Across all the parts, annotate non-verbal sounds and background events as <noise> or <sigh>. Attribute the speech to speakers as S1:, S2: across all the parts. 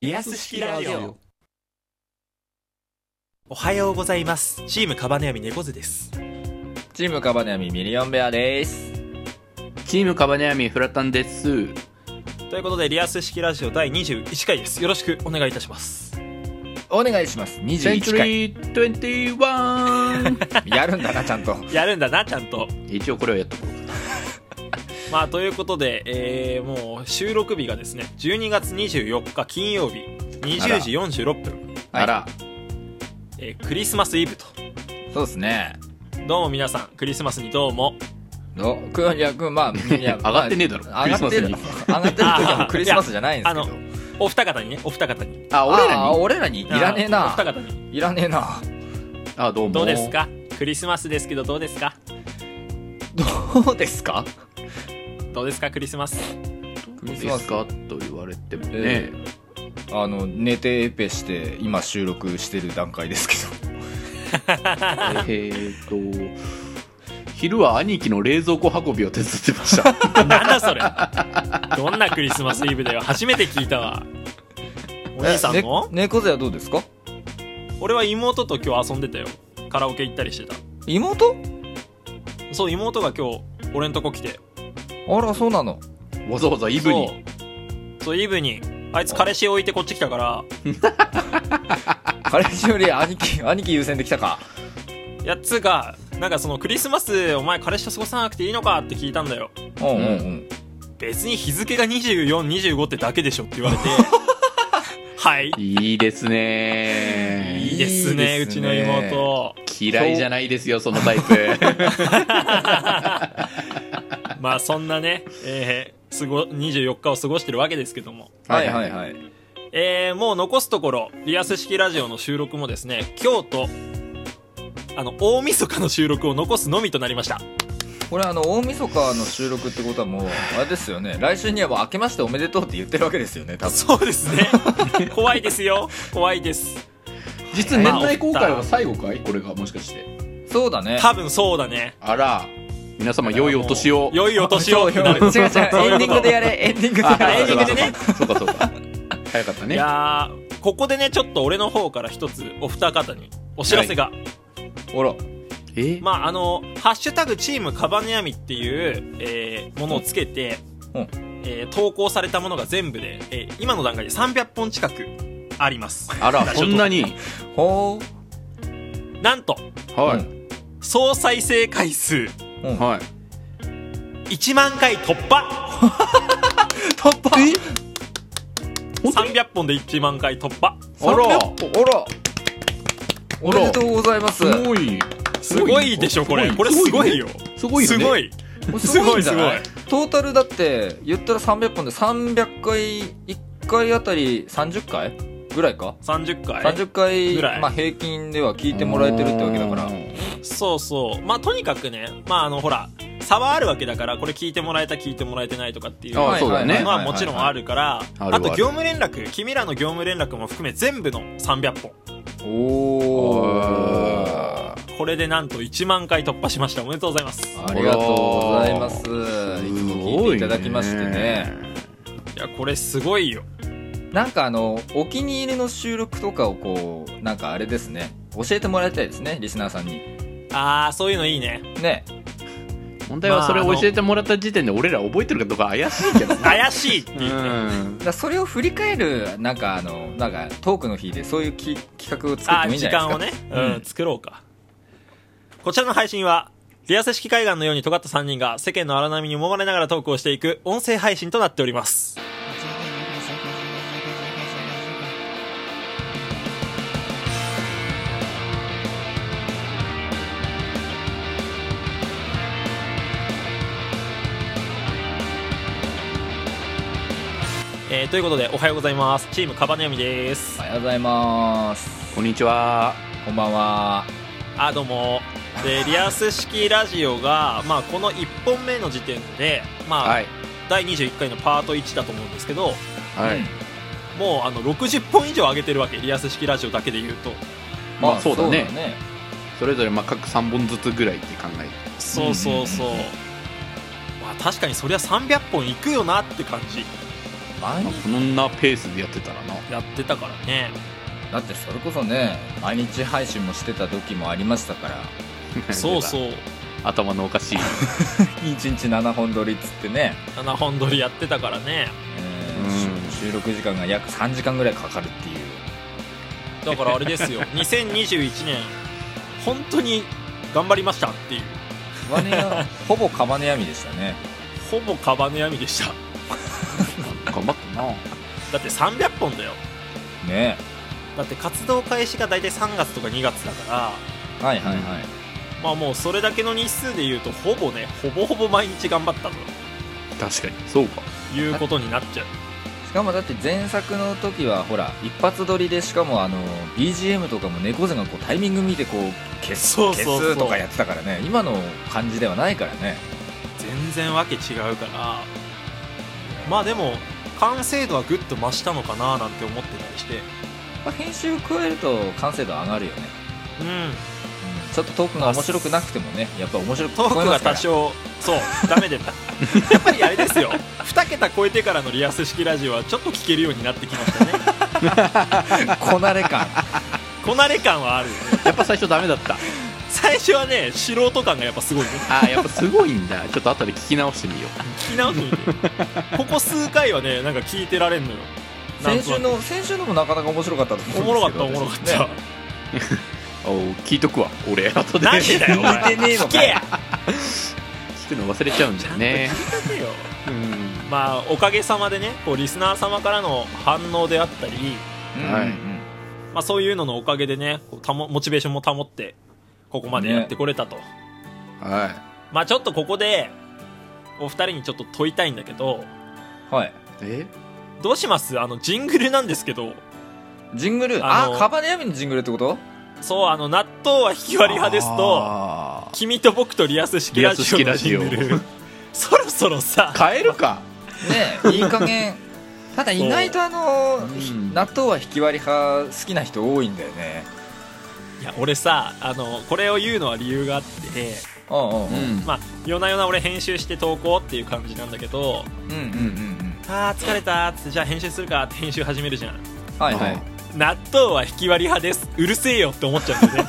S1: リアス式ラジオ
S2: おはようございますチームカバネアミ猫背です
S3: チームカバネアミミリオンベアです。
S1: チームカバネアミフラタンです
S2: ということでリアス式ラジオ第21回ですよろしくお願いいたします
S3: お願いします。
S1: センチュ
S3: 21回。
S1: リー21
S3: やるんだな、ちゃんと。
S2: やるんだなちゃんと
S1: 一応これはやっとこ
S2: まあということで、えーもう収録日がですね12月24日金曜日20時46分、
S1: うあら、
S2: えークリスマスイブと
S3: そうですね。
S2: どうも皆さんクリスマスにどうも
S3: お、くん、いや、くん、まあ、いや
S1: 上がってねえだろ
S3: まあ上がってる。上
S1: クリ
S3: がってる時はもうクリスマスじゃないんですけど。
S2: いやあお二方にねお二方に
S1: あ俺ら
S3: あ
S1: に
S3: 俺らにいらねえ
S2: あーお
S3: な
S2: 二。方に
S3: いらねえな。
S1: あどうも
S2: どうですかクリスマスですけどどうですか
S3: どうですか
S2: どうですかクリスマス
S1: どうですかと言われてもね、
S3: えあの、寝てエペして、今収録してる段階ですけど。
S1: えー、っと昼は兄貴の冷蔵庫運びを手伝ってました
S2: な
S1: <laughs>
S2: んだそれどんなクリスマスイブだよ初めて聞いたわお兄さんの、
S3: えね猫背はどうですか
S2: 俺は妹と今日遊んでたよカラオケ行ったりしてた
S3: 妹
S2: そう妹が今日俺んとこ来て
S3: あら、そうなの。
S1: わざわざイブに
S2: そうそうイブにあいつ彼氏置いてこっち来たから
S3: 彼氏より兄貴、兄貴優先できたか。
S2: いやつうかなんかそのクリスマスお前彼氏と過ごさなくていいのかって聞いたんだよ
S3: うんうんうん。
S2: 別に日付が2425ってだけでしょって言
S3: <laughs>
S2: われてはい
S1: いいですね
S2: いいですね
S3: い
S2: う
S3: いですね
S2: ちの妹
S1: 嫌いじゃないですよそのタ <laughs> イプ
S2: まあそんなね、えー、すご24日を過ごしてるわけですけども
S3: はいはいはい。
S2: えーもう残すところ、リアス式ラジオの収録もですね、今日と、あの、大晦日の収録を残すのみとなりました。
S3: これあの大晦日の収録ってことはもうあれですよね来週にはもう明けましておめでとうって言ってるわけですよね多分
S2: そうですね。怖いですよ。怖いです。
S1: 実年内公開は最後かいこれがもしかして
S3: そうだね
S2: 多分そうだね。
S1: あら皆様良いお年を
S2: 良いお年を。
S3: <laughs> そうよ違う違う
S2: そういうこと
S3: エンディングでやれエンディングで
S1: あ
S3: やれ
S2: エンディングでね
S1: そうかそうか早かった
S2: い
S1: ね
S2: やー、ここでね、ちょっと俺の方から一つ、お二方にお知らせが。
S3: ほら
S1: え
S2: まあ、あの、ハッシュタグチームカバネヤミっていう、えーものをつけて、
S3: うんうん
S2: えー投稿されたものが全部で、えー今の段階で300本近くあります。
S1: あらそんなに
S3: ほ
S2: なんと、
S3: う
S1: は
S3: うん
S2: 総再生回数
S1: いはい
S2: 1万回突破
S3: 突破
S1: 本当に
S2: 300本で1万回突破
S1: あら
S3: あらおめでとうございます
S1: すごい
S2: すごいでしょこれこれすごいよ
S1: すごいよ
S2: す
S1: ね
S2: ごい
S3: すごいんじゃない
S2: す
S3: トータルだって言ったら300本で300回1回あたり30回ぐらいか
S2: 30回
S3: 30回
S2: ぐらい
S3: まあ、平均では聞いてもらえてるってわけだから
S2: そうそうまあとにかくねまああのほら差はあるわけだからこれ聞いてもらえた聞いてもらえてないとかっていうの
S1: あそうだね
S2: はもちろんあるから
S1: はいはいは
S2: あ
S1: い
S2: と業務連絡君らの業務連絡も含め全部の300本
S3: おお
S1: お
S2: これでなんと1万回突破しましたおめでとうございます
S3: ありがとうございますいつも聞いていただきましてね
S2: いやこれすごいよ
S3: なんかあのお気に入りの収録とかをこうなんかあれですね教えてもらいたいですねリスナーさんに
S2: ああそういうのいいね
S3: ね
S1: 問題はそれを教えてもらった時点で俺ら覚えてるかどうか怪しいけど
S2: 怪しいっていう
S1: う
S2: ね
S1: ん
S3: だからそれを振り返るなんかあのなんかトークの日でそういうき企画を作っ
S2: あ
S3: てもいいんじ
S2: 時
S3: ゃない
S2: 間
S3: で
S2: を
S3: すか
S2: ね、う
S3: うんん、
S2: 作ろうか。こちらの配信は、リアス式海岸のように尖った3人が世間の荒波に揉まれながらトークをしていく音声配信となっております。えーということで、おはようございます。チームカバネヤミです
S3: お。はようございます
S1: こんにちは
S3: こんばんは
S2: あどうも <laughs> でリアス式ラジオが、まあ、この1本目の時点で、まあ
S1: はい
S2: 第21回のパート1だと思うんですけど
S1: はい
S3: うん
S2: もうあの60本以上上げてるわけリアス式ラジオだけで言うと
S1: まあそうだね
S3: そう
S1: それぞれまあ各3本ずつぐらいって考えて
S2: そうそうそう,、まあ、確かにそりゃ300本いくよなって感じ
S3: 毎日
S1: こんなペースでやってたらな
S2: やってたからね
S3: だってそれこそね毎日配信もしてた時もありましたから
S1: <laughs>
S2: そうそうう
S1: 頭のおかしい
S3: 1日7本撮りっつってね、
S2: 7本撮りやってたからね
S3: えー
S1: うん
S3: し収録時間が約3時間ぐらいかかるってい
S2: だ
S3: う
S2: からあれ <laughs> ですよ2021年本当に頑張りましたっていう
S3: カバネヤ <laughs> ほぼカバネヤミでしたね
S2: ほぼカバネヤミでした
S1: <laughs> 頑張ったな
S2: だって300本だよ
S3: ね
S2: だって活動開始が大体3月とか2月だから
S3: はいはいはい、
S2: まあもうそれだけの日数で言うとほぼねほぼほぼ毎日頑張ったと
S1: 確かにそうか
S2: いうことになっちゃう
S3: しかもだって前作の時はほら一発撮りでしかもあの BGM とかも猫背がこうタイミング見てこう消す
S2: そうそうそう
S3: 消すとかやってたからね今の感じではないからね
S2: 全然わけ違うからまあでも完成度はぐっと増したのかななんて思ってたりして
S3: まあ編集を加えると完成度上がるよね、
S2: うん
S3: うんちょっとトークが面白くなくてもねやっぱ面白く
S2: ト
S3: 聞こ
S2: ー
S3: え
S2: ク
S3: ま
S2: が
S3: すか
S2: 多
S3: ら
S2: 少そうダメでた <laughs> やっぱりあれですよ2桁超えてからのリアス式ラジオはちょっと聞けるようになってきましたね
S3: こなれ
S2: <laughs>
S3: 感
S2: こなれ感はある
S1: やっぱ最初ダメだった
S2: 最初はね素人感がやっぱすごいね
S1: <laughs> あーやっぱすごいんだちょっと後で聞き直してみよ
S2: 聞き直してみてここ数回はねなんか聞いてられんのよ
S3: 先週の先週のもなかなか面白かったと
S2: お
S3: 思
S2: もろ
S3: う
S2: か
S3: ん
S2: っ
S3: ですけ
S2: た
S3: ど
S2: おもろかった
S3: 私ね
S1: うおー聞いとくわ俺後で
S2: なんでだよお前
S3: 聞いてねえ
S2: 聞
S3: のか
S2: け
S3: よ
S1: 聞くの忘れちゃうんだよね
S2: 聞けよ
S1: うん
S2: まあおかげさまでねこうリスナー様からの反応であったり、
S3: うん
S1: はい
S3: うん
S2: まあ、そういうののおかげでねこうたもモチベーションも保ってここまでやってこれたと、
S1: は
S2: まあちょっとここでお二人にちょっと問いたいんだけど
S3: うんはい
S1: いえ
S2: どうしますあのジングルなんですけど
S3: ジングル
S2: あ
S3: あ
S2: の
S3: カバネヤミのジングルってこと
S2: そうあの納豆は引き割り派ですと
S1: あー
S2: 君と僕とリアス式ラジオのジング
S1: リアス式
S2: ルそろそろさ
S1: 変えるか
S2: <laughs>
S3: ねいい加減ただ意外とあの、
S1: そう
S3: ひ
S1: うん
S3: 納豆は引き割り派好きな人多いんだよね
S2: いや俺さあのこれを言うのは理由があって
S3: うんうんうん
S1: うん
S2: まあ夜な夜な俺編集して投稿っていう感じなんだけど
S3: うんうんうん
S2: あー疲れたーっつってじゃあ編集するかって編集始めるじゃん
S3: うんはいはい
S2: 納豆は引き割り派ですうるせえよって思っちゃうんだよね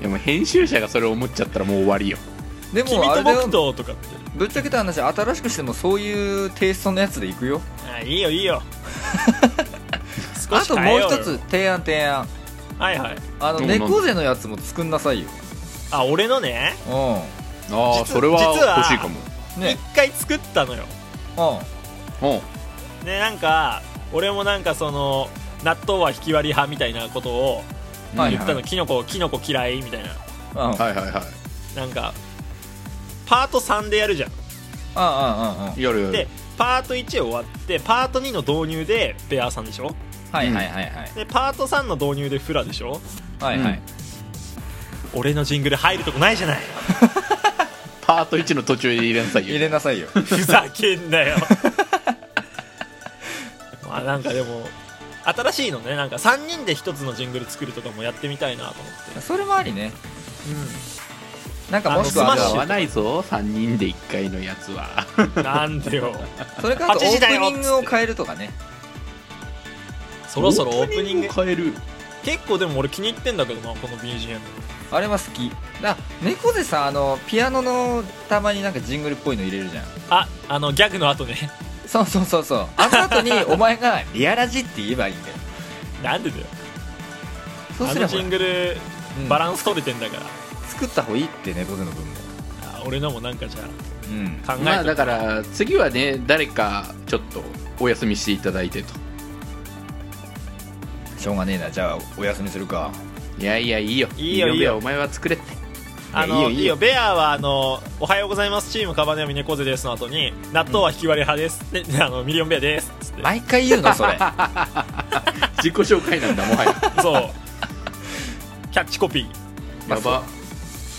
S1: いやもう編集者がそれを思っちゃったらもう終わりよ
S3: で
S2: 君
S3: <laughs> も
S2: と
S3: あれだよ
S2: 僕ととかって
S3: ぶっちゃけた話新しくしてもそういうテイストのやつでいくよ
S2: あーいいよいい
S3: <laughs>
S2: よ少
S3: あ
S2: し
S3: と
S2: 変え
S3: もう
S2: ようよ
S3: 一つ提案提案
S2: はいはい
S3: あの
S1: どうなん
S3: 猫背のやつも作んなさいよ
S2: あ俺のね
S3: う
S1: あ
S2: 実
S1: あそれは
S2: 実は
S1: 欲しいかも
S3: ん
S2: 一
S3: ね
S2: 回作ったのよ
S3: う
S1: うん
S2: でなんか俺もなんかその納豆は引き割り派みたいなことを
S3: んはい
S2: 言っ
S3: はい
S2: たのキノコキノコ嫌いみたいな
S3: うん
S1: はいはいは
S2: なんかパート3でやるじゃん
S3: うんうんうんうん
S1: いやるやる
S2: でパート1終わってパート2の導入でベアーさんでしょ
S3: はいはいはいはい
S2: でパート3の導入でフラでしょ
S3: はいはい
S2: 俺のジングル入るとこないじゃない
S3: <laughs>
S1: パート1の途中で入れなさいよ
S3: 入れなさいよ
S2: ふざけんなよ <laughs> まあなんかでも新しいのねなんか3人で1つのジングル作るとかもやってみたいなと思って
S3: それもありね
S2: う
S3: なんかもしく
S2: あ
S3: は
S2: のスマッ
S1: 合
S2: シュ
S1: わないぞ3人で1回のやつは
S2: んなんでよ
S3: それからあとオ
S2: 8時
S3: ー
S2: だよ
S3: プニングを変えるとかね
S2: そろそろオープニング
S1: を変える
S2: 結構でも俺気に入ってんだけどなこの BGM
S3: あれは好きだ猫背さんあのピアノのたまになんかジングルっぽいの入れるじゃん
S2: ああのギャグの後ね <laughs>
S3: そうそうそうそうあの後にお前が「リアラジ」って言えばいいんだよ
S2: なんでだよ
S3: そう
S2: あ
S3: す
S2: の
S3: れば
S2: ジングル
S3: うん
S2: バランス取れてんだから、
S3: 作った方がいいって猫背の分も
S2: あ俺のもなんかじゃ
S3: うん
S2: あ考えて、
S1: まあだから次はね誰かちょっとお休みしていただいてと
S3: しょうがねえなじゃあお休みするか
S1: いやいやいいよ
S2: いいよいいよ
S1: ベアお前は作れって <laughs>
S2: あのいいよ
S3: いやいいよいいよ
S2: ベアはあの「おはようございますチームカバネアミ猫背です」の後に「納豆は引き割り派です」でであのミリオンベアです」つって
S3: 毎回言う
S2: <laughs>
S3: のそれ
S1: 自己紹介なんだもはや
S2: そうキャッチコピー
S3: まあ
S1: やば
S3: う
S1: も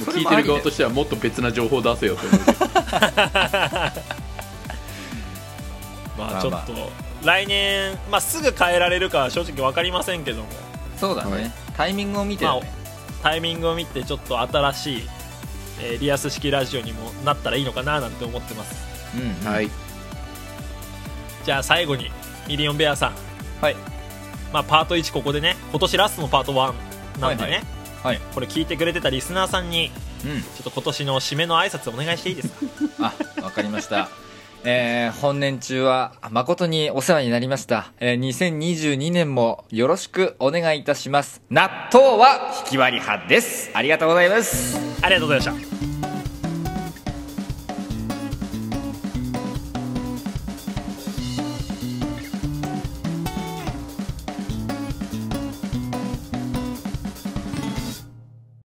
S1: う聞いてる側としてはもっと別な情報出せよっ
S2: <laughs>
S1: て思うけど
S2: ま
S3: ま
S2: あ
S3: あ
S2: ちょ
S3: ま
S2: っ
S3: あ
S2: と、来年、まあ、すぐ変えられるかは正直分かりませんけども
S3: そうだね、
S1: はい
S3: タイミングを見て、ね
S2: まタイミングを見てちょっと新しい、えーリアス式ラジオにもなったらいいのかななんて思ってます
S3: うん
S1: はい
S2: じゃあ最後にミリオンベアさん、
S3: はい
S2: まあ、パート1ここでね今年ラストのパート1なんでね、
S3: はいはい
S2: これ聞いてくれてたリスナーさんに
S3: う
S2: ちょっと今年の締めの挨拶お願いしていいですか <laughs>
S3: ん <laughs> あわかりましたえー本年中は誠にお世話になりました、えー2022年もよろしくお願いいたします納豆は引き割り派ですありがとうございます
S2: ありがとうございました